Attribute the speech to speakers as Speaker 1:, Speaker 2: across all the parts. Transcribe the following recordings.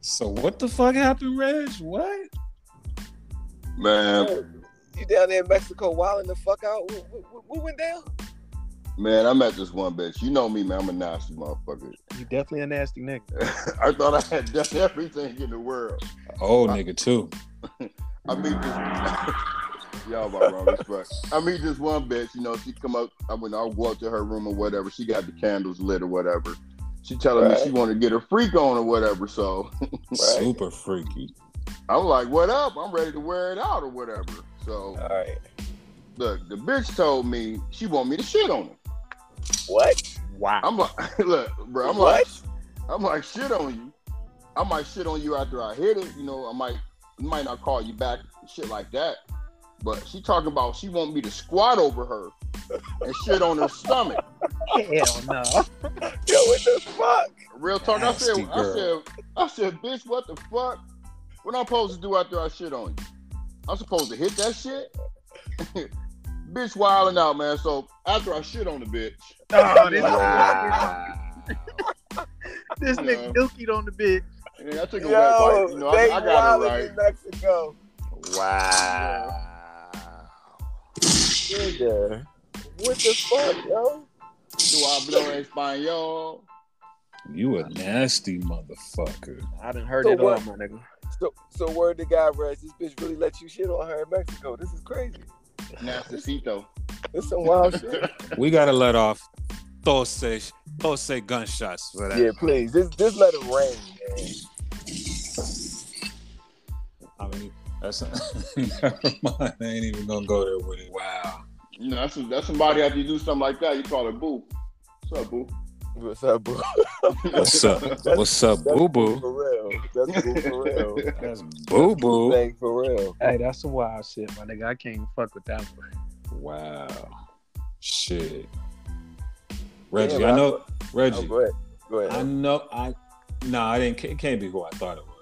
Speaker 1: So what the fuck happened, Reg? What?
Speaker 2: Man,
Speaker 3: You down there in Mexico wilding the fuck out? What, what, what went down?
Speaker 2: man, I met this one bitch. You know me, man. I'm a nasty motherfucker.
Speaker 3: You definitely a nasty nigga.
Speaker 2: I thought I had done everything in the world.
Speaker 1: Old Oh, nigga too.
Speaker 2: I meet this. Y'all about wrong as fuck. I meet this one bitch, you know, she come up, I mean, I'll go up to her room or whatever. She got the candles lit or whatever. She telling me she
Speaker 3: Right.
Speaker 2: wanted to get her freak on or whatever. So
Speaker 1: Super freaky.
Speaker 2: I'm like, what up? I'm ready to wear it out or whatever. So
Speaker 3: All right.
Speaker 2: look, the bitch told me she want me to shit on her.
Speaker 3: What?
Speaker 1: Wow.
Speaker 2: I'm like, look, bro, I'm like,
Speaker 3: what?
Speaker 2: I'm like, shit on you. I might shit on you after I hit it. You know, I might might not call you back, shit like that. But she talking about she want me to squat over her and shit on her stomach.
Speaker 4: Hell no.
Speaker 3: Yo, what the fuck?
Speaker 2: Real talk. I said,
Speaker 1: Nasty
Speaker 2: I
Speaker 1: girl.
Speaker 2: said, I said, bitch, what the fuck? What I'm supposed to do after I shit on you? I'm supposed to hit that shit? bitch, wilding out, man. So after I shit on the bitch,
Speaker 4: Oh, this, this
Speaker 2: Yeah.
Speaker 4: nigga dookied on the bitch.
Speaker 2: yeah, I took a
Speaker 3: Yo,
Speaker 2: wet bite. You know,
Speaker 3: they
Speaker 2: I, I got it
Speaker 3: wilding
Speaker 2: right.
Speaker 3: in Mexico.
Speaker 1: Wow.
Speaker 3: Nigga. What the fuck, yo?
Speaker 2: Do I blow Espanol?
Speaker 1: You a nasty motherfucker.
Speaker 4: I done heard
Speaker 3: So
Speaker 4: it
Speaker 3: what?
Speaker 4: all, my nigga.
Speaker 3: So, so word to God, Reg, this bitch really let you shit on her in Mexico. This is crazy.
Speaker 2: Nastacito.
Speaker 3: This some wild Oh, shit.
Speaker 1: We gotta let off Tose Tose gunshots for that.
Speaker 3: Yeah, please. This this let it rain, man.
Speaker 1: I mean that's never mind. I ain't even gonna go there with it. Wow.
Speaker 2: You know, that's, that's somebody after you do something like that, you call it boo. What's up, boo?
Speaker 3: What's up, boo?
Speaker 1: What's up? What's up,
Speaker 3: That's
Speaker 1: boo boo?
Speaker 3: For real. That's boo for real.
Speaker 1: That's boo boo.
Speaker 3: Dang, for real.
Speaker 4: Hey, that's some wild shit, my nigga. I can't even fuck with that one.
Speaker 1: Wow. Shit. Reggie,
Speaker 3: Damn,
Speaker 1: I know
Speaker 3: Oh,
Speaker 1: Reggie.
Speaker 3: go ahead. Go ahead.
Speaker 1: I know I no, I didn't it can't be who I thought it was.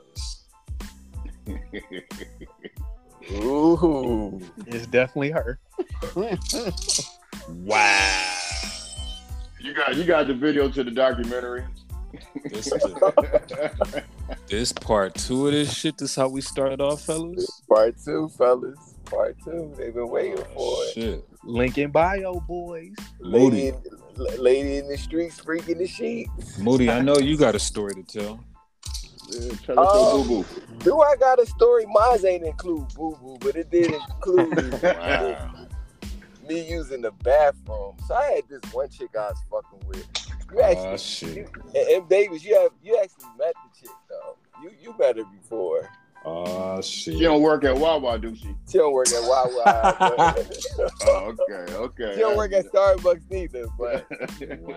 Speaker 3: Ooh.
Speaker 4: It's definitely her.
Speaker 1: Wow.
Speaker 2: you got you got the video to the documentary.
Speaker 1: This, this part two of this shit, this how we started off, fellas. Ah,
Speaker 3: Part two, fellas. Part two. They've been waiting for it.
Speaker 1: Shit.
Speaker 4: Link in bio, boys.
Speaker 3: Lady
Speaker 1: Moody.
Speaker 3: in, la- lady in the streets freaking the sheets.
Speaker 1: Moody, I know you got a story to tell.
Speaker 2: Yeah, tell
Speaker 3: Oh.
Speaker 2: us your boo
Speaker 3: Do I got a story? Mine ain't include boo boo, but it did include
Speaker 2: Oh.
Speaker 3: me using the bathroom. So I had this one chick I was fucking with. You actually,
Speaker 1: Oh shit.
Speaker 3: and M. Davis, you have you actually met the chick though. You you met her before.
Speaker 1: Oh
Speaker 2: boo.
Speaker 1: shit.
Speaker 2: She don't work at Wawa, do she?
Speaker 3: She don't work at Wawa. but-
Speaker 2: Oh, okay, okay.
Speaker 3: she don't work at Starbucks neither. But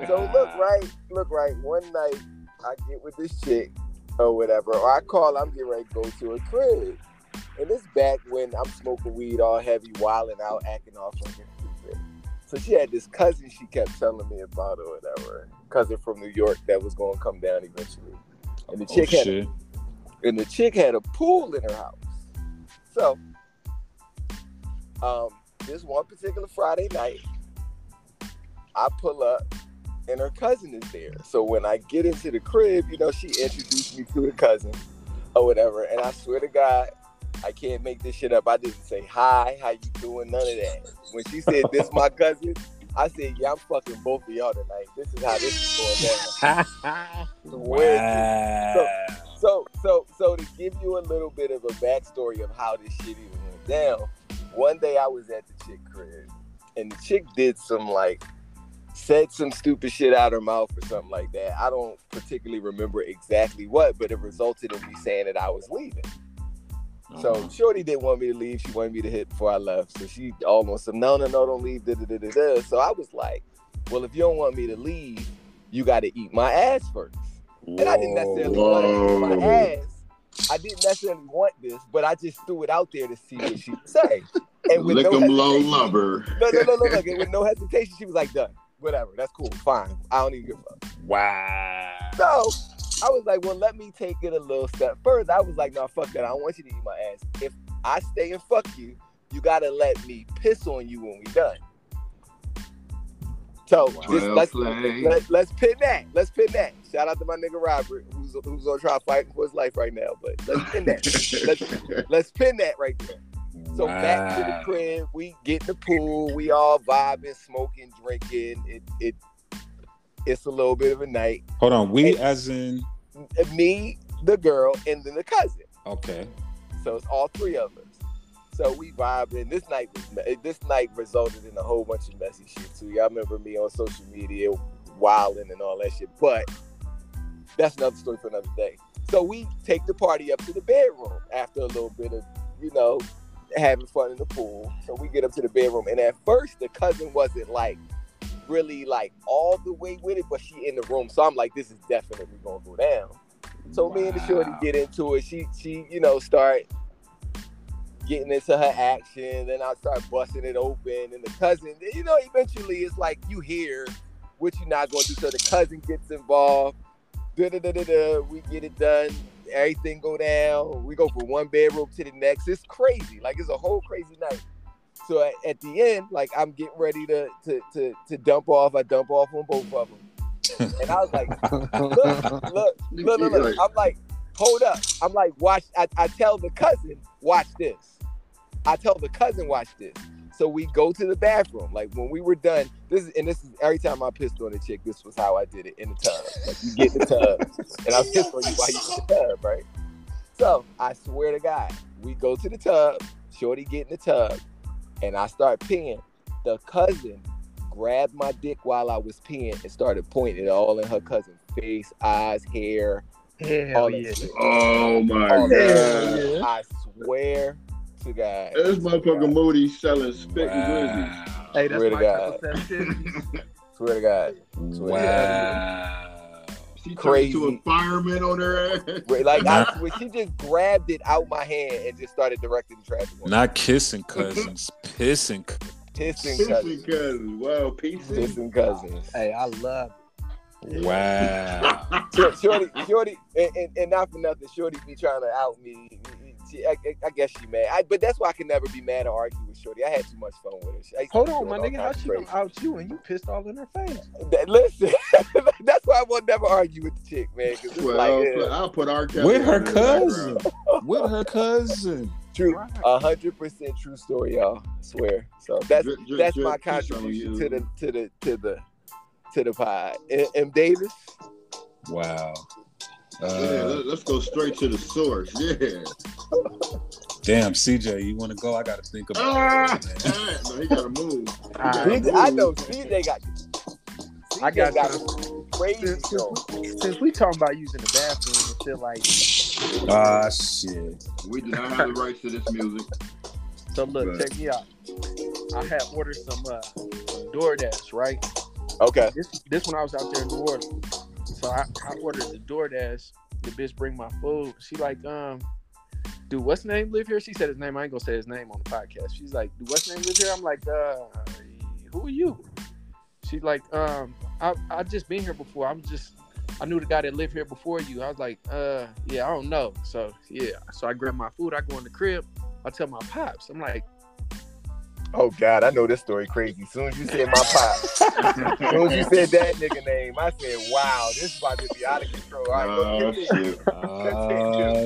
Speaker 3: so look
Speaker 1: Wow.
Speaker 3: right, look right. One night I get with this chick or whatever, or I call. I'm getting ready to go to a crib, and it's back when I'm smoking weed all heavy, wilding out, acting all fucking stupid. So she had this cousin she kept telling me about or whatever, cousin from New York that was going to come down eventually, and the
Speaker 1: Oh,
Speaker 3: chick had
Speaker 1: shit.
Speaker 3: and the chick had a pool in her house. So, um, this one particular Friday night, I pull up and her cousin is there. So when I get into the crib, you know, she introduced me to the cousin or whatever. And I swear to God, I can't make this shit up. I didn't say hi, how you doing, none of that. When she said this my cousin, I said, yeah, I'm fucking both of y'all tonight. This is how this is going down. Swear to
Speaker 1: Wow.
Speaker 3: so, so, so to give you a little bit of a backstory of how this shit even went down, one day I was at the chick crib, and the chick did some like said some stupid shit out her mouth or something like that. I don't particularly remember exactly what, but it resulted in me saying that I was leaving. So Shorty didn't want me to leave. She wanted me to hit before I left. So she all on some no, no, no, don't leave. Da, da, da, da, da. So I was like, well, if you don't want me to leave, you got to eat my ass first. And I didn't necessarily want to eat my ass. I didn't necessarily want this, but I just threw it out there to see what she would say. And with
Speaker 2: Lick
Speaker 3: no
Speaker 2: 'em low
Speaker 3: hesitation-
Speaker 2: lover.
Speaker 3: No, no, no, no, look, and with no hesitation, she was like, done. Whatever, that's cool, fine. I don't even give a fuck.
Speaker 1: wow.
Speaker 3: So I was like, well, let me take it a little step further. I was like, no, fuck that. I don't want you to eat my ass. If I stay and fuck you, you gotta let me piss on you when we done. So just
Speaker 2: Twelve
Speaker 3: let's,
Speaker 2: slaves.
Speaker 3: let, let's pin that. Let's pin that. Shout out to my nigga Robert, who's who's on trial fighting for his life right now. But let's pin that. let's, let's pin that right there. So back to the
Speaker 1: Wow.
Speaker 3: crib, we get in the pool, we all vibing, smoking, drinking. It it it's a little bit of a night.
Speaker 1: Hold on, we as in
Speaker 3: Me, the girl, and then the cousin.
Speaker 1: okay.
Speaker 3: So it's all three of us. So we vibed, and this night was me- this night resulted in a whole bunch of messy shit too. Y'all remember me on social media wilding and all that shit, but that's another story for another day. So we take the party up to the bedroom after a little bit of you know having fun in the pool. So we get up to the bedroom, and at first the cousin wasn't like really like all the way with it, but she in the room. So I'm like, this is definitely gonna go down. So me and the shorty
Speaker 1: Wow.
Speaker 3: get into it. She she you know start getting into her action, then I start busting it open, and the cousin you know eventually it's like you hear what you're not gonna do. So the cousin gets involved. Da da da da da. We get it done. Everything go down. We go from one bedroom to the next. It's crazy. Like it's a whole crazy night. So at, at the end, like I'm getting ready to, to to to dump off. I dump off on both of them, and I was like, look, look, look, look, look. I'm like, hold up. I'm like, watch. I, I tell the cousin, watch this. I tell the cousin, watch this. So we go to the bathroom. Like when we were done, this is and this is every time I pissed on a chick, this was how I did it in the tub. Like you get in the tub and I pissed on you while you in the tub, right? So I swear to God, we go to the tub, Shorty get in the tub, and I start peeing. The cousin grabbed my dick while I was peeing and started pointing it all in her cousin's face, eyes, hair, all
Speaker 4: Hell
Speaker 3: that
Speaker 4: yeah.
Speaker 3: shit.
Speaker 2: oh my
Speaker 3: All
Speaker 2: god.
Speaker 3: that
Speaker 4: yeah.
Speaker 3: shit. I swear to God.
Speaker 2: This motherfucker Moody selling spit and
Speaker 1: Wow.
Speaker 4: Hey, that's
Speaker 3: Swear to
Speaker 4: my
Speaker 3: God.
Speaker 4: contraceptive.
Speaker 3: Swear to God.
Speaker 1: Wow.
Speaker 2: glizzies. She
Speaker 3: Crazy.
Speaker 2: turned into a fireman on her ass.
Speaker 3: Re- Like I swear, she just grabbed it out my hand and just started directing the traffic. on me.
Speaker 1: Not kissing cousins, pissing. cou-
Speaker 3: Pissing
Speaker 2: Pissing
Speaker 3: cousins.
Speaker 2: cousins. Wow, pieces.
Speaker 3: Pissing cousins.
Speaker 4: hey, I love it.
Speaker 1: Wow.
Speaker 3: Shor- Shorty, Shorty, and, and, and not for nothing, Shorty be trying to out me. She, I, I- I guess she mad, I, but that's why I can never be mad or argue with Shorty. I had too much fun with her. She- I used to
Speaker 4: Hold
Speaker 3: be
Speaker 4: on, my
Speaker 3: doing
Speaker 4: nigga.
Speaker 3: all
Speaker 4: How
Speaker 3: kinds
Speaker 4: she
Speaker 3: of
Speaker 4: gonna out you and you pissed all in her face?
Speaker 3: crazy- That- Listen, that's why I will never argue with the chick, man. Because it's
Speaker 2: Well,
Speaker 3: like
Speaker 2: I'll,
Speaker 3: yeah,
Speaker 2: put, I'll put R. Kelly
Speaker 1: With her
Speaker 2: on the background.
Speaker 1: cousin. With her cousin.
Speaker 3: true, a hundred percent true story, y'all. I swear. So that's
Speaker 2: Drip, drip,
Speaker 3: that's
Speaker 2: drip,
Speaker 3: my
Speaker 2: piss on
Speaker 3: contribution
Speaker 2: you.
Speaker 3: to the to the to the to the pod. M, M. Davis,
Speaker 1: Wow.
Speaker 2: yeah,
Speaker 1: Uh,
Speaker 2: let, let's go straight to the source. Yeah.
Speaker 1: damn, CJ, you want to go? I got to think
Speaker 2: Ah,
Speaker 1: about it. man.
Speaker 2: no, he gotta move.
Speaker 4: Alright.
Speaker 3: CJ, I know CJ got.
Speaker 4: I got
Speaker 3: crazy
Speaker 4: Since,
Speaker 3: show.
Speaker 4: since, since we talking about using the bathroom, I feel like
Speaker 1: Ah, shit.
Speaker 2: We do not have the rights to this music.
Speaker 4: so. Look, check me out. I had ordered some uh, DoorDash, right?
Speaker 3: Okay.
Speaker 4: This this when I was out there in New Orleans, so I, I ordered the DoorDash. The bitch bring my food. She like, um, dude, what's name live here? She said his name. I ain't gonna say his name on the podcast. She's like, dude, what's name live here? I'm like, uh, who are you? She's like, um, I I just been here before. I'm just I knew the guy that lived here before you. I was like, uh, yeah, I don't know. So yeah, so I grab my food. I go in the crib. I tell my pops. I'm like,
Speaker 3: Oh God, I know this story crazy. As soon as you said my pop, as soon as you said that nigga name, I said, "Wow, this is about to be out of control." All right,
Speaker 2: Oh,
Speaker 3: continue.
Speaker 2: shit.
Speaker 1: Ah,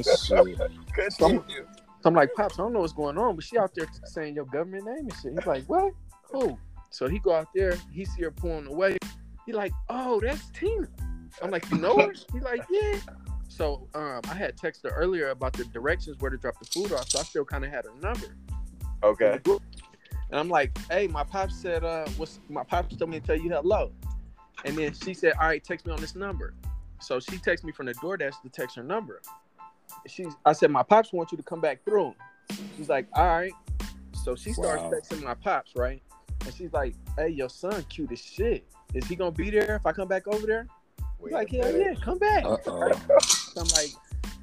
Speaker 1: shit.
Speaker 3: continue.
Speaker 4: So I'm like, Pops, I don't know what's going on, but she out there saying your government name and shit. He's like, what? Who? So he go out there, he see her pulling away. He like, oh, that's Tina. I'm like, you know her? He like, yeah. So um, I had texted her earlier about the directions where to drop the food off, so I still kind of had her number.
Speaker 3: Okay.
Speaker 4: And I'm like, hey, my pops said, uh, what's my pops told me to tell you hello. And then she said, all right, text me on this number. So she texted me from the DoorDash to text her number. She's, I said, my pops want you to come back through. She's like, all right. So she starts
Speaker 1: Wow.
Speaker 4: texting my pops, right? And she's like, hey, your son cute as shit. Is he gonna be there if I come back over there? He's
Speaker 3: Wait a
Speaker 4: like, hell
Speaker 3: minute.
Speaker 4: yeah, come back.
Speaker 1: Uh oh.
Speaker 4: So I'm like,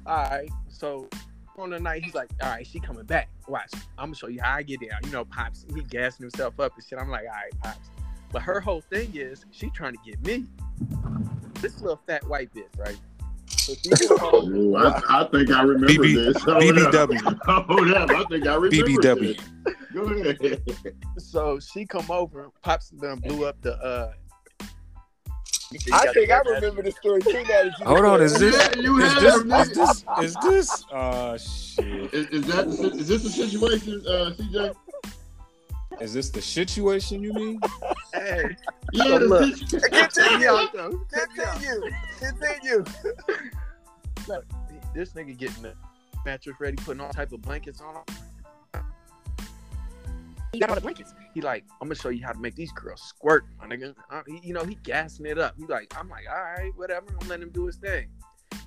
Speaker 4: all right. So on the night, he's like, all right, she coming back. Watch, I'm gonna show you how I get down. You know, pops, he gassing himself up and shit. I'm like, all right, pops. But her whole thing is she trying to get me. This little fat white bitch, right? So she gets home,
Speaker 2: Ooh, I, I think I remember
Speaker 1: BB
Speaker 2: this. Hold up.
Speaker 1: BBW.
Speaker 2: Hold up. I think I remember
Speaker 1: BBW.
Speaker 2: this. Go ahead.
Speaker 4: so she come over. Pops done blew up the uh
Speaker 3: I think I remember the story too. Now that you
Speaker 1: Hold on, is this
Speaker 2: Yeah, you
Speaker 1: is
Speaker 2: had
Speaker 1: this
Speaker 2: that
Speaker 1: is this is this uh shit?
Speaker 2: Is, is that the, is this the situation, uh, CJ?
Speaker 1: Is this the situation you mean?
Speaker 4: Hey,
Speaker 2: Yeah,
Speaker 4: So look.
Speaker 2: the situation.
Speaker 4: check me out though. Check me out.
Speaker 3: Continue, continue.
Speaker 4: This nigga getting the mattress ready, putting all type of blankets on. He got all the blankets. He like, I'm gonna show you how to make these girls squirt, my nigga. Uh, he, you know, he gassing it up. He like, I'm like, all right, whatever. I'm letting him do his thing.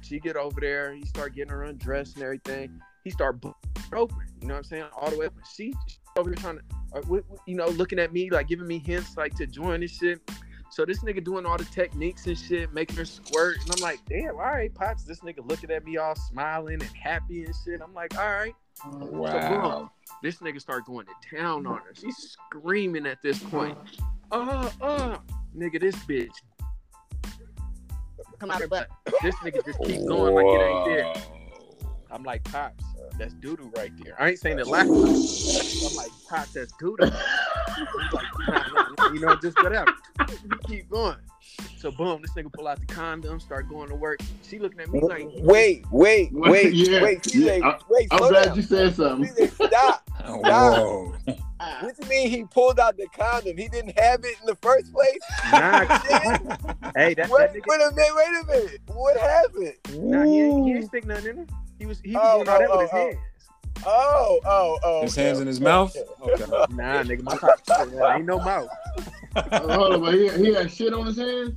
Speaker 4: She get over there. He start getting her undressed and everything. He start bu- open. You know what I'm saying? All the way open. She, she over here trying to, uh, w- w- you know, looking at me like giving me hints like to join this shit. So this nigga doing all the techniques and shit, making her squirt, and I'm like, damn, all right, pops. This nigga looking at me all smiling and happy and shit. I'm like, all right.
Speaker 1: Wow.
Speaker 4: This nigga start going to town on her. She's screaming at this point. Uh, uh, nigga, this bitch.
Speaker 5: come out her butt.
Speaker 4: This nigga just keep going like it ain't there. I'm like, pops, that's doodoo right there. I ain't saying it like, I'm like, pops, that's doodoo. He's like, "Nah, nah, nah," you know, just whatever. You keep going. So boom, this nigga pull out the condom, start going to work. She looking at me like,
Speaker 3: Wait, wait, wait,
Speaker 2: Yeah,
Speaker 3: wait, CJ,
Speaker 2: yeah,
Speaker 3: wait,
Speaker 2: I'm
Speaker 3: slow
Speaker 2: glad
Speaker 3: down.
Speaker 2: you said something. Uh,
Speaker 3: CJ, stop.
Speaker 1: Whoa.
Speaker 3: What you mean he pulled out the condom? He didn't have it in the first place?
Speaker 4: nah, hey, that,
Speaker 3: Wait,
Speaker 4: that nigga,
Speaker 3: wait a minute, wait a minute. What happened?
Speaker 4: nah, he ain't, he ain't stick nothing in her. He was, he was
Speaker 3: Oh,
Speaker 4: doing all that
Speaker 3: oh,
Speaker 4: with his
Speaker 3: oh,
Speaker 4: hands.
Speaker 3: Oh, oh, oh.
Speaker 1: His
Speaker 3: okay,
Speaker 1: hands in his
Speaker 3: okay,
Speaker 1: mouth?
Speaker 3: okay.
Speaker 1: Okay.
Speaker 4: Nah, nigga, my pops ain't no mouth.
Speaker 2: Uh, hold on, but he, he had shit on his hands.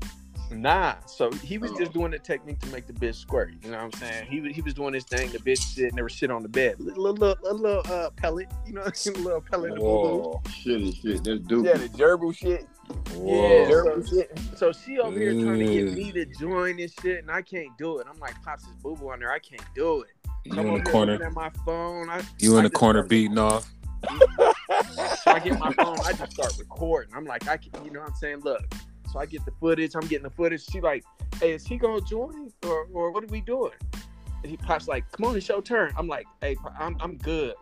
Speaker 4: Nah, so he was just
Speaker 2: Oh.
Speaker 4: doing the technique to make the bitch squirt. You know what I'm saying? He was he was doing his thing. The bitch shit and there was shit on the bed. Little little, little, little uh, pellet, you know, a little pellet. of boo-boo.
Speaker 1: Whoa.
Speaker 2: Shit is shit. That's
Speaker 3: Yeah,
Speaker 2: dope.
Speaker 3: the gerbil shit.
Speaker 1: Whoa.
Speaker 3: Gerbil shit.
Speaker 4: So she over here trying to get
Speaker 1: Ew.
Speaker 4: me to join this shit, and I can't do it. I'm like, pops is boo boo on there. I can't do it.
Speaker 1: You
Speaker 4: So I'm
Speaker 1: in
Speaker 4: over
Speaker 1: the
Speaker 4: here looking
Speaker 1: corner.
Speaker 4: at my phone. I,
Speaker 1: You
Speaker 4: I
Speaker 1: in the
Speaker 4: just
Speaker 1: corner
Speaker 4: start-
Speaker 1: beating off.
Speaker 4: So I get my phone, I just start recording. I'm like, I can, you know what I'm saying? Look. So I get the footage, I'm getting the footage. She like, hey, is he gonna join or, or what are we doing? And he pops like, come on, it's your turn. I'm like, hey, Pop, I'm, I'm good.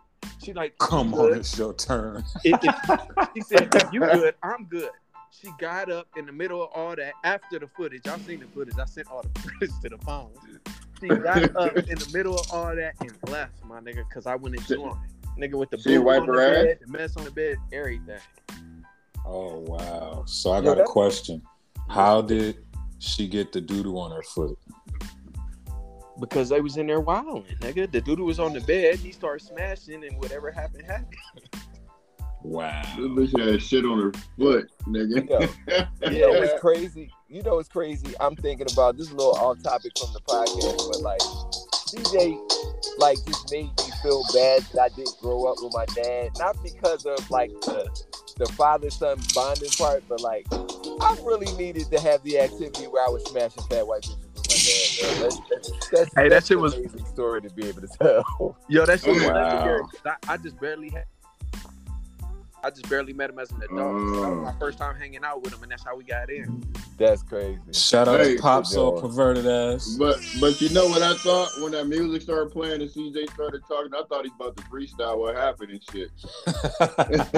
Speaker 4: She like,
Speaker 1: Come
Speaker 4: "You
Speaker 1: on,
Speaker 4: good?"
Speaker 1: it's your turn.
Speaker 4: If- if- she said, if you good, I'm good. She got up in the middle of all that after the footage. I've seen the footage. I sent all the footage to the phone. She got up in the middle of all that and left, my nigga, because I wouldn't
Speaker 2: She-
Speaker 4: join. Nigga with the
Speaker 2: she
Speaker 4: boo
Speaker 2: wipe
Speaker 4: on the
Speaker 2: her ass?
Speaker 4: bed, the mess on the bed, everything.
Speaker 1: Oh wow. So I
Speaker 3: Yeah,
Speaker 1: got a
Speaker 3: that's-
Speaker 1: question. How did she get the doodoo on her foot?
Speaker 4: Because they was in there wilding, nigga. The dude was on the bed. He started smashing, and whatever happened happened.
Speaker 2: This
Speaker 1: Wow.
Speaker 2: bitch had shit on her foot, nigga.
Speaker 3: Yo, you know
Speaker 2: Yeah.
Speaker 3: what's crazy? You know what's crazy? I'm thinking about this is a little off topic from the podcast, but like CJ, like just made me feel bad that I didn't grow up with my dad, not because of like the the father son bonding part, but like I really needed to have the activity where I was smashing fat white bitches with my dad. man. That's, that's, that's,
Speaker 4: Hey, that
Speaker 3: that's
Speaker 4: shit
Speaker 3: an
Speaker 4: was-
Speaker 3: amazing story to be able to tell.
Speaker 4: Yo, that shit was
Speaker 2: Wow.
Speaker 4: legendary. 'cause I, I just barely had. I just barely met him as an adult. So that
Speaker 3: Mm.
Speaker 4: was my first time hanging out with him, and that's how we got in.
Speaker 3: That's crazy.
Speaker 1: Shout out
Speaker 2: Hey,
Speaker 1: to Pops all
Speaker 3: Lord.
Speaker 1: perverted ass.
Speaker 2: But but you know what I thought when that music started playing and CJ started talking, I thought he's about to freestyle what happened and shit. it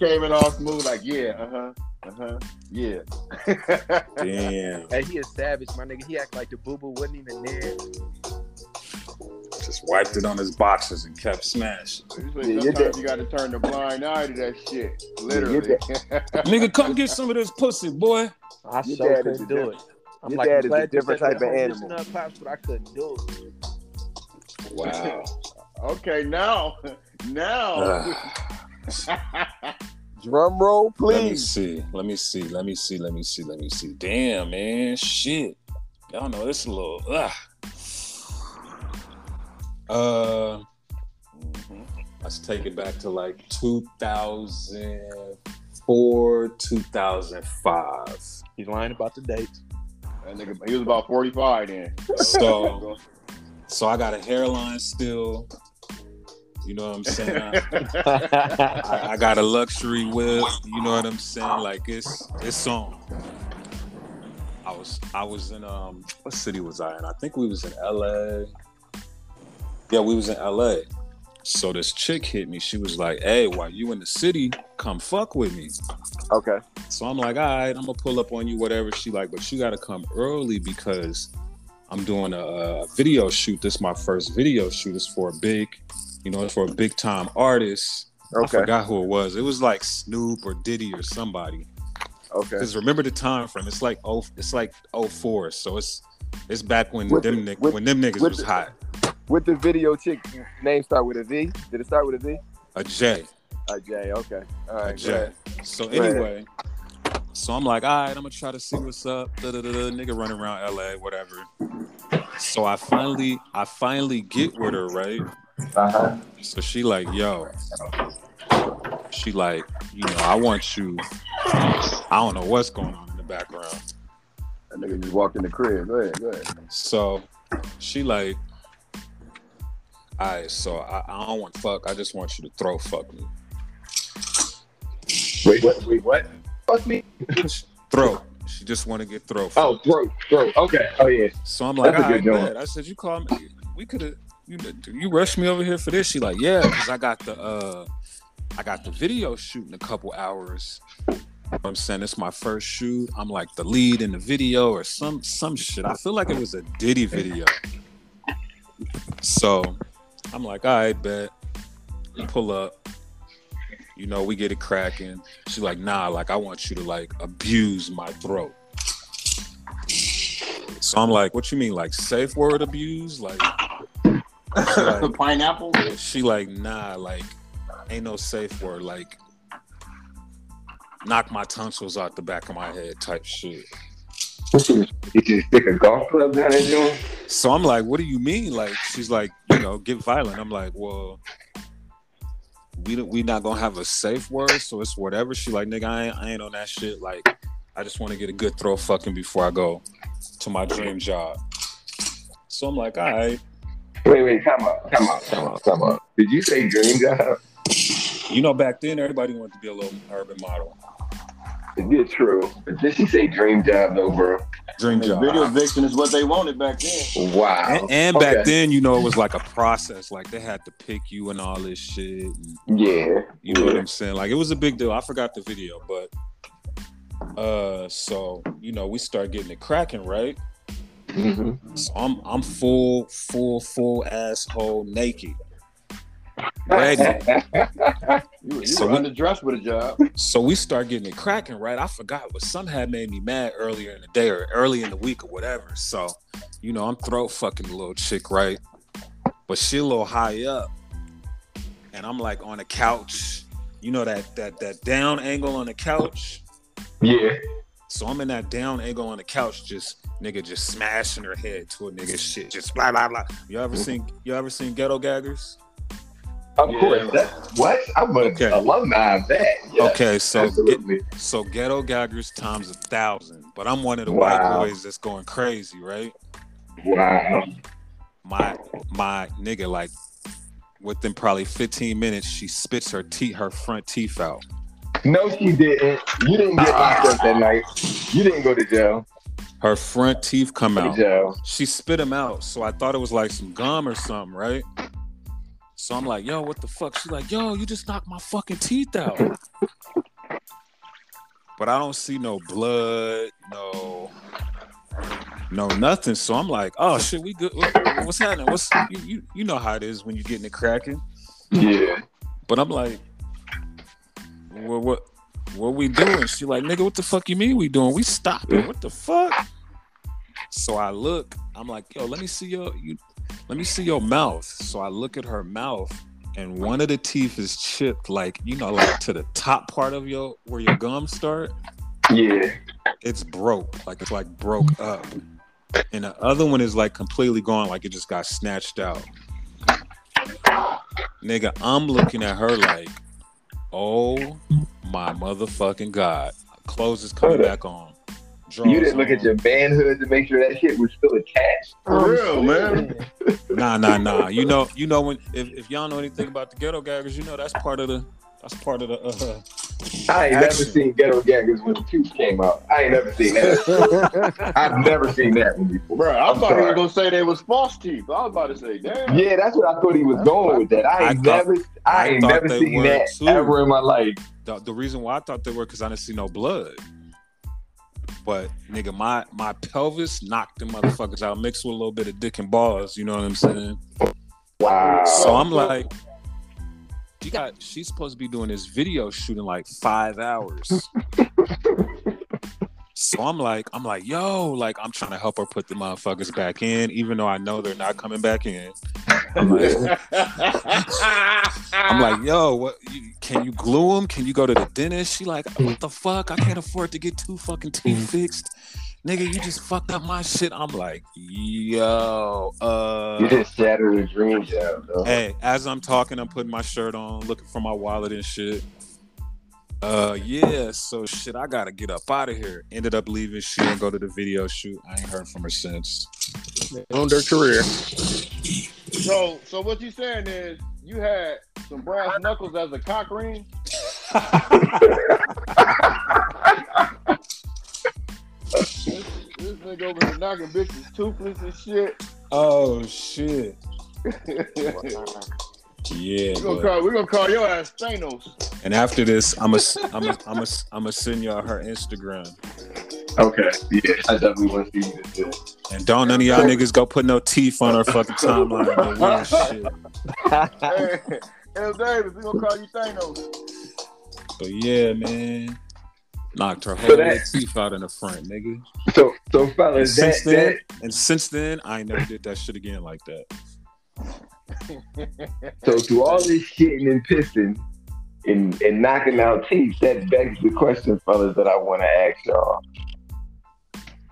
Speaker 2: came in all smooth, like yeah, uh huh, uh huh, yeah.
Speaker 1: Damn.
Speaker 4: Hey, he is savage, my nigga. He act like the boo boo wasn't even there.
Speaker 1: Just wiped it on his boxes and kept smashing.
Speaker 3: Yeah, you're
Speaker 2: Sometimes you got to turn the blind eye to that shit, literally.
Speaker 3: you're
Speaker 1: Nigga, come get some of this pussy, boy.
Speaker 4: I
Speaker 3: Your
Speaker 4: sure
Speaker 3: dad is
Speaker 4: couldn't
Speaker 3: a
Speaker 4: do
Speaker 3: diff-
Speaker 4: it. I'm
Speaker 3: your
Speaker 4: like,
Speaker 3: dad
Speaker 4: I'm
Speaker 3: is a
Speaker 4: glad you
Speaker 3: different
Speaker 4: said
Speaker 3: type
Speaker 4: that
Speaker 3: of
Speaker 4: whole
Speaker 3: animal.
Speaker 4: missing up, pops, but I couldn't do it.
Speaker 1: Wow.
Speaker 2: okay, now, now.
Speaker 1: Ah.
Speaker 3: Drum roll,
Speaker 1: Let me
Speaker 3: please.
Speaker 1: see. Let me see. Let me see. Let me see. Let me see. Damn, man. Shit. Y'all know this a little. Ugh. Uh, mhm. let's take it back to like 2004, 2005.
Speaker 4: He's lying about the dates.
Speaker 2: That nigga, he was about 45 then.
Speaker 1: So, so I got a hairline still. You know what I'm saying? I, I got a luxury whip. You know what I'm saying? Like it's it's on. I was I was in um what city was I in? I think we was in L.A. Yeah, we was in L.A. So this chick hit me. She was like, "Hey, while you in the city, come fuck with me."
Speaker 3: Okay.
Speaker 1: So I'm like, "All right, I'm gonna pull up on you, whatever." She like, "But you gotta come early because I'm doing a, a video shoot. This is my first video shoot. It's for a big, you know, it's for a big time artist. I
Speaker 3: Okay.
Speaker 1: forgot who it was. It was like Snoop or Diddy or somebody.
Speaker 3: Okay.
Speaker 1: Because remember the time frame. It's like oh, it's like oh four. So it's it's back when
Speaker 3: With
Speaker 1: them
Speaker 3: the-
Speaker 1: nick-
Speaker 3: with-
Speaker 1: when them niggas
Speaker 3: with
Speaker 1: was
Speaker 3: the-
Speaker 1: hot.
Speaker 3: With the video chick name start with a V? Did it start with a V?
Speaker 1: A J.
Speaker 3: A J. Okay. All
Speaker 1: a
Speaker 3: right.
Speaker 1: J.
Speaker 3: good.
Speaker 1: So
Speaker 3: Right.
Speaker 1: anyway, so I'm like, all right, I'm gonna try to see what's up. Da, da, da, da. Nigga running around LA, whatever. So I finally, I finally get with her, right?
Speaker 3: Uh-huh.
Speaker 1: So she like, yo, she like, you know, I want you. I don't know what's going on in the background.
Speaker 2: That nigga just walked in the crib. Go ahead, go ahead.
Speaker 1: So she like, all right, so I, I don't want fuck. I just want you to throw fuck me.
Speaker 5: Wait, what? Wait, what? Fuck me.
Speaker 1: Throw. She just want to get throw. fucked.
Speaker 5: Oh, bro, bro. Okay. Oh yeah.
Speaker 1: So I'm like,
Speaker 5: That's a
Speaker 1: all right,
Speaker 5: good joint.
Speaker 1: man. I said, you call me. We could have. You, you rushed me over here for this. She like, yeah, because I got the uh, I got the video shoot in a couple hours. I'm saying it's my first shoot. I'm like the lead in the video or some some shit. I feel like it was a Diddy video. So I'm like, all right, bet. Pull up. You know, we get it cracking. She like, nah, like I want you to like abuse my throat. So I'm like, what you mean, like safe word abuse? Like, she like,
Speaker 2: Pineapple.
Speaker 1: she like, nah, like, ain't no safe word. Like, knock my tonsils out the back of my head type shit.
Speaker 5: You just stick a golf club down there doing?
Speaker 1: So I'm like, what do you mean? Like, she's like, you know, get violent. I'm like, well, we don't- we not gonna have a safe word, so it's whatever. She like, nigga, I ain't, I ain't on that shit. Like, I just want to get a good throw fucking before I go to my dream job. So I'm like, all right.
Speaker 5: Wait, wait. Time out. Time out. Time out. Time out. Did you say dream job?
Speaker 1: You know, back then everybody wanted to be a little urban model.
Speaker 5: Yeah, true. But did she say dream job though, bro?
Speaker 1: Dream job.
Speaker 2: Video victim is what they wanted back then.
Speaker 5: Wow.
Speaker 1: And, and back
Speaker 5: Okay.
Speaker 1: then, you know, it was like a process. Like they had to pick you and all this shit. And,
Speaker 5: Yeah.
Speaker 1: you know what I'm saying? Like it was a big deal. I forgot the video, but uh, so you know, we start getting it cracking, right?
Speaker 5: Mm-hmm.
Speaker 1: So I'm I'm full, full, full asshole naked, ready.
Speaker 2: You, you
Speaker 1: So
Speaker 2: were
Speaker 1: we-
Speaker 2: underdressed with a job.
Speaker 1: so we start getting it cracking, right? I forgot what some had made me mad earlier in the day or early in the week or whatever. So, you know, I'm throat fucking the little chick, right? But she a little high up. And I'm like on the couch. You know that that that down angle on the couch.
Speaker 5: yeah.
Speaker 1: So I'm in that down angle on the couch, just nigga just smashing her head to a nigga shit. Just blah blah blah. You ever seen you ever seen ghetto gaggers?
Speaker 5: Of
Speaker 2: Yeah.
Speaker 5: course. That, what? I'm an
Speaker 1: Okay.
Speaker 5: alumni of that. Yeah,
Speaker 1: okay, so get,
Speaker 5: absolutely.
Speaker 1: So ghetto gaggers times a thousand. But I'm one of the
Speaker 5: Wow.
Speaker 1: white boys that's going crazy, right?
Speaker 5: wow.
Speaker 1: My my nigga, like within probably 15 minutes, she spits her teeth, her front teeth out.
Speaker 5: No, she didn't. You didn't get locked up that night. You didn't go to jail.
Speaker 1: Her front teeth come
Speaker 5: Go
Speaker 1: out.
Speaker 5: to jail.
Speaker 1: She spit them out. So I thought it was like some gum or something, right? So I'm like, yo, what the fuck? She's like, yo, you just knocked my fucking teeth out. but I don't see no blood, no, no nothing. So I'm like, oh shit, we good. What- What's happening? What's you, you, you know how it is when you get in it cracking.
Speaker 5: Yeah.
Speaker 1: But I'm like, what what what we doing? She like, nigga, what the fuck you mean we doing? We stopping. What the fuck? So I look, I'm like, yo, let me see your you let me see your mouth. So I look at her mouth and one of the teeth is chipped like, you know, like to the top part of your where your gums start.
Speaker 5: Yeah.
Speaker 1: It's broke. Like it's like broke up. And the other one is like completely gone, like it just got snatched out. Nigga, I'm looking at her like, oh my motherfucking God. Clothes is coming
Speaker 5: Hold up.
Speaker 1: back on.
Speaker 5: You
Speaker 1: Drawers
Speaker 5: didn't look
Speaker 1: on.
Speaker 5: at your band hood to make sure that shit was still attached.
Speaker 2: For real, man.
Speaker 1: Nah, nah, nah. You know, you know when if, if y'all know anything about the ghetto gaggers, you know that's part of the That's part of the. Uh,
Speaker 5: I ain't never
Speaker 1: Action.
Speaker 5: seen Ghetto Gangers when the Cooch came out. I ain't never seen that. I've never seen that one before.
Speaker 2: Bro, I
Speaker 5: I'm
Speaker 2: thought he was
Speaker 5: sorry.
Speaker 2: gonna say they was false teeth. I was about to say, damn.
Speaker 5: Yeah, that's what I thought he was going with that. I ain't
Speaker 1: I thought-
Speaker 5: never, I
Speaker 1: I
Speaker 5: ain't
Speaker 1: thought
Speaker 5: never
Speaker 1: they
Speaker 5: seen
Speaker 1: were
Speaker 5: that
Speaker 1: too.
Speaker 5: ever in my life.
Speaker 1: the, the reason why I thought they were because I didn't see no blood. But nigga, my my pelvis knocked the motherfuckers out, mixed with a little bit of dick and balls. You know what I'm saying?
Speaker 5: Wow.
Speaker 1: So I'm like, she got she's supposed to be doing this video shoot in like five hours. so I'm like, I'm like, yo, like I'm trying to help her put the motherfuckers back in, even though I know they're not coming back in. I'm like, I'm like, yo, what? You, can you glue them? Can you go to the dentist? She like, what the fuck? I can't afford to get two fucking teeth fixed, nigga. You just fucked up my shit. I'm like, yo,
Speaker 5: You
Speaker 1: uh,
Speaker 5: just shattered the dreams out, though.
Speaker 1: hey. As I'm talking, I'm putting my shirt on, looking for my wallet and shit. Uh, yeah. So shit, I gotta get up out of here. Ended up leaving. She didn't go to the video shoot. I ain't heard from her since.
Speaker 4: on their career.
Speaker 2: So, so what you saying is you had some brass knuckles as a cock ring? This, this nigga over here knocking bitches toothless and shit.
Speaker 1: Oh shit.
Speaker 2: we
Speaker 1: Yeah.
Speaker 2: gonna
Speaker 1: but-
Speaker 2: call, we gonna call your ass Thanos.
Speaker 1: And after this, I'm a, I'm a, I'm a, I'm a send y'all her Instagram.
Speaker 5: Okay. Yeah, I definitely want to see this. Too.
Speaker 1: And don't none of y'all niggas go put no teeth on her fucking timeline. man. We ain't shit.
Speaker 2: Hey, L. Davis, we gonna call you Thanos.
Speaker 1: But yeah, man. Knocked her
Speaker 5: So
Speaker 1: whole
Speaker 5: that-
Speaker 1: little teeth out in the front, nigga.
Speaker 5: So, so
Speaker 1: And
Speaker 5: fellas, that,
Speaker 1: since
Speaker 5: that
Speaker 1: then, and since then, I ain't never did that shit again like that.
Speaker 5: so through all this shitting and pissing and, and knocking out teeth, that begs the question, fellas, that I want to ask y'all.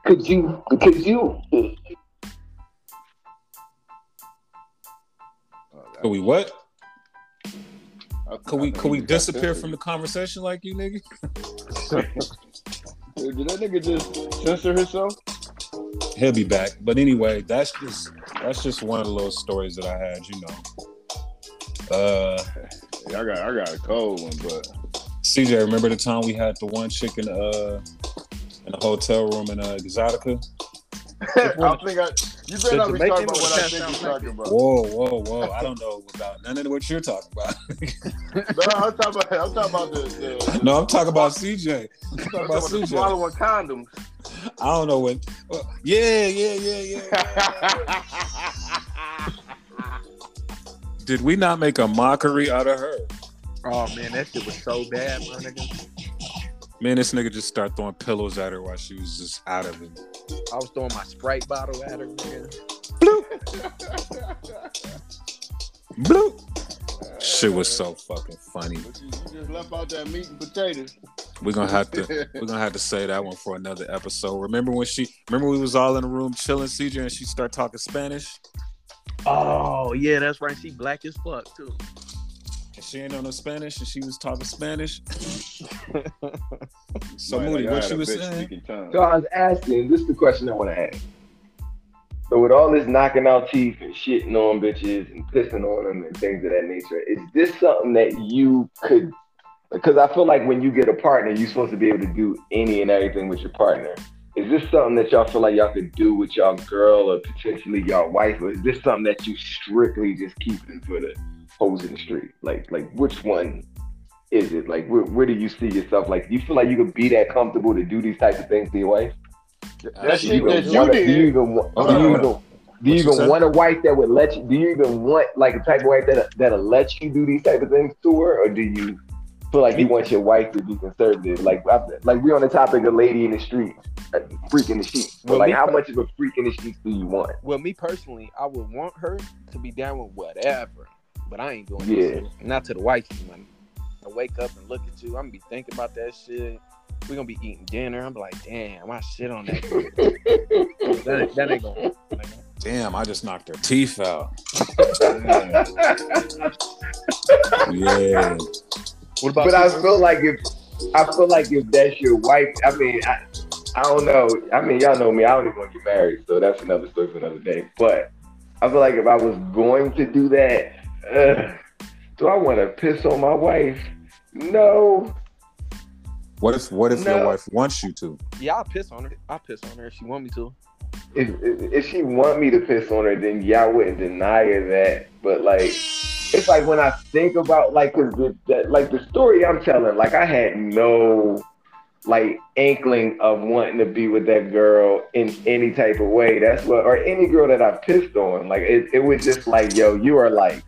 Speaker 5: Could you? Could you?
Speaker 1: Could we what?
Speaker 2: I-
Speaker 1: Could we
Speaker 2: I think
Speaker 1: could we
Speaker 2: just got
Speaker 1: disappear
Speaker 2: this.
Speaker 1: from the conversation like you, nigga?
Speaker 2: Dude, Did that nigga just censor himself?
Speaker 1: He'll be back. But anyway, that's just that's just one of the little stories that I had, you know. Uh
Speaker 2: Yeah, I got I got a cold one, but
Speaker 1: CJ, remember the time we had the one chicken uh in the hotel room in uh, Exotica?
Speaker 2: I think I you better not be
Speaker 4: Jamaican
Speaker 2: talking about what
Speaker 4: or
Speaker 2: I
Speaker 4: South
Speaker 2: think
Speaker 4: South
Speaker 2: you're talking about.
Speaker 1: Whoa, whoa, whoa! I don't know about none of what you're talking about.
Speaker 2: No, I'm talking about I'm talking about the, the,
Speaker 1: no, I'm talking about CJ. I'm talking
Speaker 2: I'm talking
Speaker 1: about
Speaker 2: about the
Speaker 1: CJ.
Speaker 2: swallowing condoms.
Speaker 1: I don't know when. well, yeah, yeah, yeah, yeah. Did we not make a mockery out of her?
Speaker 4: Oh man, that shit was so bad, my nigga.
Speaker 1: Man, this nigga just started throwing pillows at her while she was just out of it.
Speaker 4: I was throwing my Sprite bottle at her, nigga.
Speaker 1: Bloop. Shit was so fucking funny.
Speaker 2: But you, you just left out that meat and potatoes.
Speaker 1: We're gonna have to. We're gonna have to say that one for another episode. Remember when she? Remember we was all in the room chilling, CJ, and she started talking Spanish,
Speaker 4: Oh yeah, that's right. She black as fuck too.
Speaker 1: and she ain't know no Spanish, and she was talking Spanish. so
Speaker 2: Right,
Speaker 1: Moody,
Speaker 2: like, I
Speaker 1: what
Speaker 2: had
Speaker 1: you
Speaker 2: a
Speaker 1: was
Speaker 2: bitch
Speaker 1: saying?
Speaker 2: speaking tongue.
Speaker 5: So I was asking. This is the question I want to ask. So with all this knocking out teeth and shitting on bitches and pissing on them and things of that nature, is this something that you could? Because I feel like when you get a partner, you're supposed to be able to do any and everything with your partner. Is this something that y'all feel like y'all could do with y'all girl or potentially y'all wife, or is this something that you strictly just keeping for the hoes in the street? Like, like which one is it? Like, where, where do you see yourself? Like, do you feel like you could be that comfortable to do these types of things to your wife?
Speaker 2: That
Speaker 5: Do you
Speaker 2: shit that
Speaker 5: even
Speaker 2: you
Speaker 5: wanna- do you
Speaker 2: did.
Speaker 5: even want?
Speaker 1: Hold on,
Speaker 5: Do you
Speaker 1: hold
Speaker 5: even, do you
Speaker 1: What you
Speaker 5: even
Speaker 1: said?
Speaker 5: want a wife that would let you? Do you even want like a type of wife that that'll let you do these type of things to her, or do you feel like you want your wife to be conservative? Like, I'm, like we're on the topic of lady in the street, uh, freak in the sheets. But
Speaker 4: Well,
Speaker 5: like,
Speaker 4: we-
Speaker 5: how much of a freak in the sheets do you want?
Speaker 4: Well, me personally, I would want her to be down with whatever, but I ain't doing
Speaker 5: Yeah.
Speaker 4: that. Shit. Not to the white man. I wake up and look at you. I'm gonna be thinking about that shit. We gonna be eating dinner. I'm like, damn, I shit on that. bitch. that, ain't- that ain't gonna. nigga.
Speaker 1: Damn, I just knocked her teeth out. yeah.
Speaker 4: What about?
Speaker 5: But I
Speaker 4: you?
Speaker 5: feel like if I feel like if that's your wife, I mean, I, I don't know. I mean, y'all know me. I don't even want to get married, so that's another story for another day. But I feel like if I was going to do that, uh, do I want to piss on my wife No.
Speaker 1: What if what if your
Speaker 5: No.
Speaker 1: wife wants you to?
Speaker 4: Yeah, I'll piss on her. I'll piss on her if she want me to.
Speaker 5: If, if, if she want me to piss on her, then yeah, I wouldn't deny her that. But like, it's like when I think about like, 'cause the, the, like the story I'm telling, like I had no like inkling of wanting to be with that girl in any type of way. That's what, or any girl that I pissed on. Like it, it was just like, yo, you are like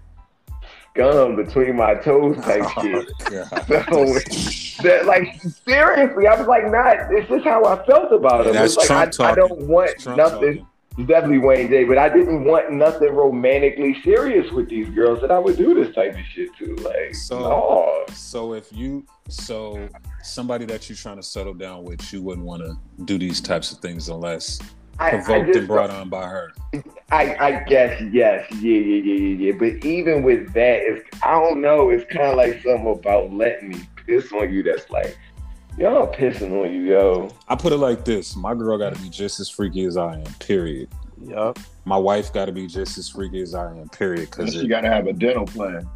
Speaker 5: gum between my toes type
Speaker 2: Oh,
Speaker 5: shit.
Speaker 1: God.
Speaker 5: So that like seriously, I was like, not. This is how I felt about him.
Speaker 1: That's
Speaker 5: It's like I,
Speaker 1: Trump
Speaker 5: I don't
Speaker 1: talking.
Speaker 5: want
Speaker 1: Trump
Speaker 5: nothing.
Speaker 1: talking.
Speaker 5: It's Definitely Wayne J, but I didn't want nothing romantically serious with these girls that I would do this type of shit to. Like,
Speaker 1: So-
Speaker 5: no.
Speaker 1: So if you so somebody that you're trying to settle down with, you wouldn't want to do these types of things unless
Speaker 5: I, I,
Speaker 1: provoked
Speaker 5: just,
Speaker 1: and brought on by her.
Speaker 5: I, I guess yes, yeah, yeah, yeah, yeah, yeah. But even with that, it's I don't know. It's kind of like something about letting me piss on you. That's like, y'all pissing on you, yo.
Speaker 1: I put it like this: my girl got to be just as freaky as I am. Period.
Speaker 4: Yup.
Speaker 1: My wife got to be just as freaky as I am. Period. Because
Speaker 2: She gotta have a dental plan.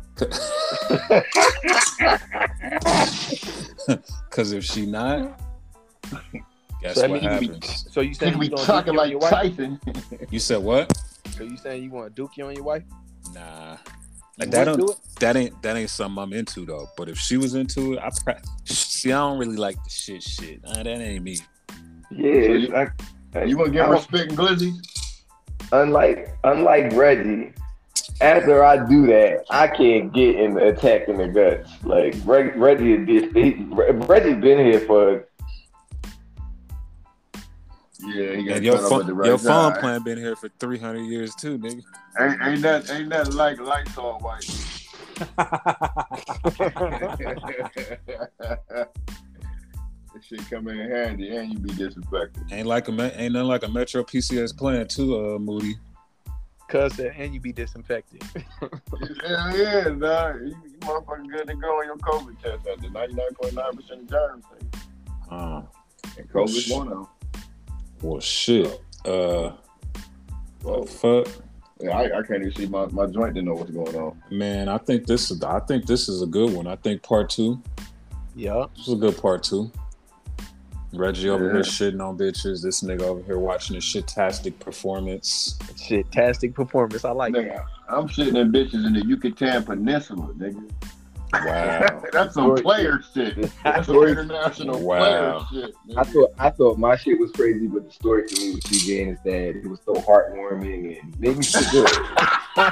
Speaker 1: because if she not, guess
Speaker 4: So that
Speaker 1: what
Speaker 4: means you be-
Speaker 1: happens?
Speaker 4: So you
Speaker 2: She
Speaker 4: saying
Speaker 2: can
Speaker 4: you
Speaker 2: be
Speaker 4: gonna
Speaker 2: talking
Speaker 4: dookie on
Speaker 2: like
Speaker 4: your wife?
Speaker 2: Tyson.
Speaker 1: You said what?
Speaker 4: So you saying you want dookie on your wife?
Speaker 1: Nah.
Speaker 4: You
Speaker 1: Like that don't
Speaker 4: wouldn't do it?
Speaker 1: that ain't that ain't something I'm into though. But if she was into it, I pra- see I don't really like the shit shit. Nah, that ain't me.
Speaker 5: Yeah,
Speaker 2: you-
Speaker 5: it's like-
Speaker 2: You wanna
Speaker 5: I
Speaker 2: give
Speaker 5: don't-
Speaker 2: respect and glizzy?
Speaker 5: unlike unlike Reggie, after I do that, I can't get in the attack in the guts. Like Reg, Reggie is this. He, Reg- Reggie's been here for
Speaker 2: Yeah, he got
Speaker 1: And your
Speaker 2: cut up
Speaker 1: phone
Speaker 2: with the
Speaker 1: your
Speaker 2: right
Speaker 1: phone
Speaker 2: guy.
Speaker 1: plan been here for three hundred years too, nigga.
Speaker 2: Ain't, ain't that ain't that like lights all white? this shit come in handy, and you be disrespected.
Speaker 1: Ain't like a me- ain't nothing like a Metro PCS plan too, uh Moody.
Speaker 4: Cuz said, and you be disinfected.
Speaker 2: Hell yeah, nah. You, you motherfucking good to go on your COVID test after ninety-nine point nine percent of germs. nigga.
Speaker 1: Uh,
Speaker 2: And COVID's one of them.
Speaker 1: well shit. Uh
Speaker 2: Whoa.
Speaker 1: fuck.
Speaker 2: Yeah, I, I can't even see my, my joint to know what's going on.
Speaker 1: Man, I think this is I think this is a good one. I think part two.
Speaker 4: Yup.
Speaker 1: This is a good part two. Reggie over
Speaker 2: Yeah.
Speaker 1: here shitting on bitches. This nigga over here watching a shitastic performance.
Speaker 4: Shit, tastic performance. I like it.
Speaker 2: Nigga, I'm sitting in bitches in the Yucatan Peninsula, nigga.
Speaker 1: Wow.
Speaker 2: That's some player shit. That's some
Speaker 5: Story-
Speaker 2: international
Speaker 1: Wow.
Speaker 2: player shit.
Speaker 5: I
Speaker 2: nigga.
Speaker 5: thought I thought my shit was crazy, but the story for me with you being is that it was so heartwarming and made me feel good.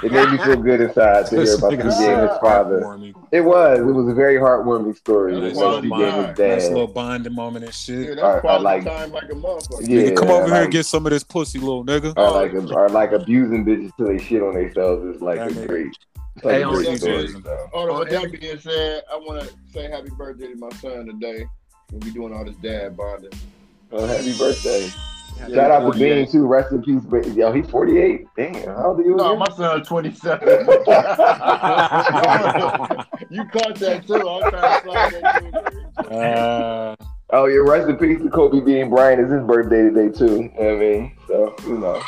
Speaker 5: it made me feel good inside to hear about you being
Speaker 1: nigga's
Speaker 5: his father.
Speaker 1: Warming.
Speaker 5: It was. It was a very heartwarming story.
Speaker 2: That's
Speaker 5: It was
Speaker 2: all
Speaker 5: you being
Speaker 2: mine.
Speaker 1: Nice
Speaker 5: his dad.
Speaker 1: little bonding moment and shit.
Speaker 2: Yeah, that's
Speaker 5: All right, I
Speaker 2: quality
Speaker 5: like-
Speaker 2: time like a motherfucker.
Speaker 5: Yeah,
Speaker 1: nigga, come over here
Speaker 5: like-
Speaker 1: and get some of this pussy, little nigga.
Speaker 2: Oh,
Speaker 5: Or like, or like abusing bitches till they shit on themselves is like
Speaker 1: That
Speaker 5: a
Speaker 1: nigga-
Speaker 5: great, it's like
Speaker 4: Hey,
Speaker 5: a
Speaker 4: on
Speaker 5: great
Speaker 1: these
Speaker 5: story.
Speaker 1: bitches.
Speaker 5: so.
Speaker 2: Hold on. oh, With that being said, I want to say happy birthday to my son today. We'll be doing all this dad bonding.
Speaker 5: Oh, happy birthday.
Speaker 2: Yeah,
Speaker 5: Shout out to
Speaker 2: 48.
Speaker 5: Bean too. Rest in peace, but yo, he's 48. Damn, how old are you?
Speaker 2: No,
Speaker 5: again?
Speaker 2: my son's 27. you caught that too. I'm trying to flag that dude.
Speaker 1: Uh,
Speaker 5: oh, yeah, rest in peace to Kobe Bean Bryant. It's his birthday today too. You know what I mean, so you know,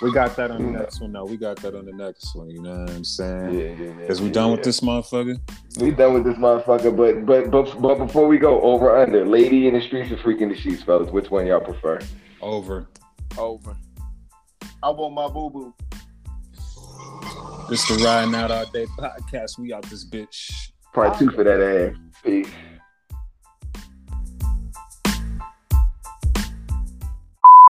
Speaker 1: we got that on the next one, though. We got that on the next one. You know what I'm
Speaker 5: yeah,
Speaker 1: saying?
Speaker 5: yeah, yeah.
Speaker 1: Because we
Speaker 5: yeah,
Speaker 1: done
Speaker 5: yeah.
Speaker 1: with this motherfucker.
Speaker 5: We done with this motherfucker. But but but but before we go over under, lady in the streets or freak in the sheets, fellas, which one y'all prefer?
Speaker 1: Over.
Speaker 4: Over.
Speaker 2: I want my boo boo.
Speaker 1: This the Riding Out All Day podcast. We out this bitch.
Speaker 5: Part two for that ass. Peace.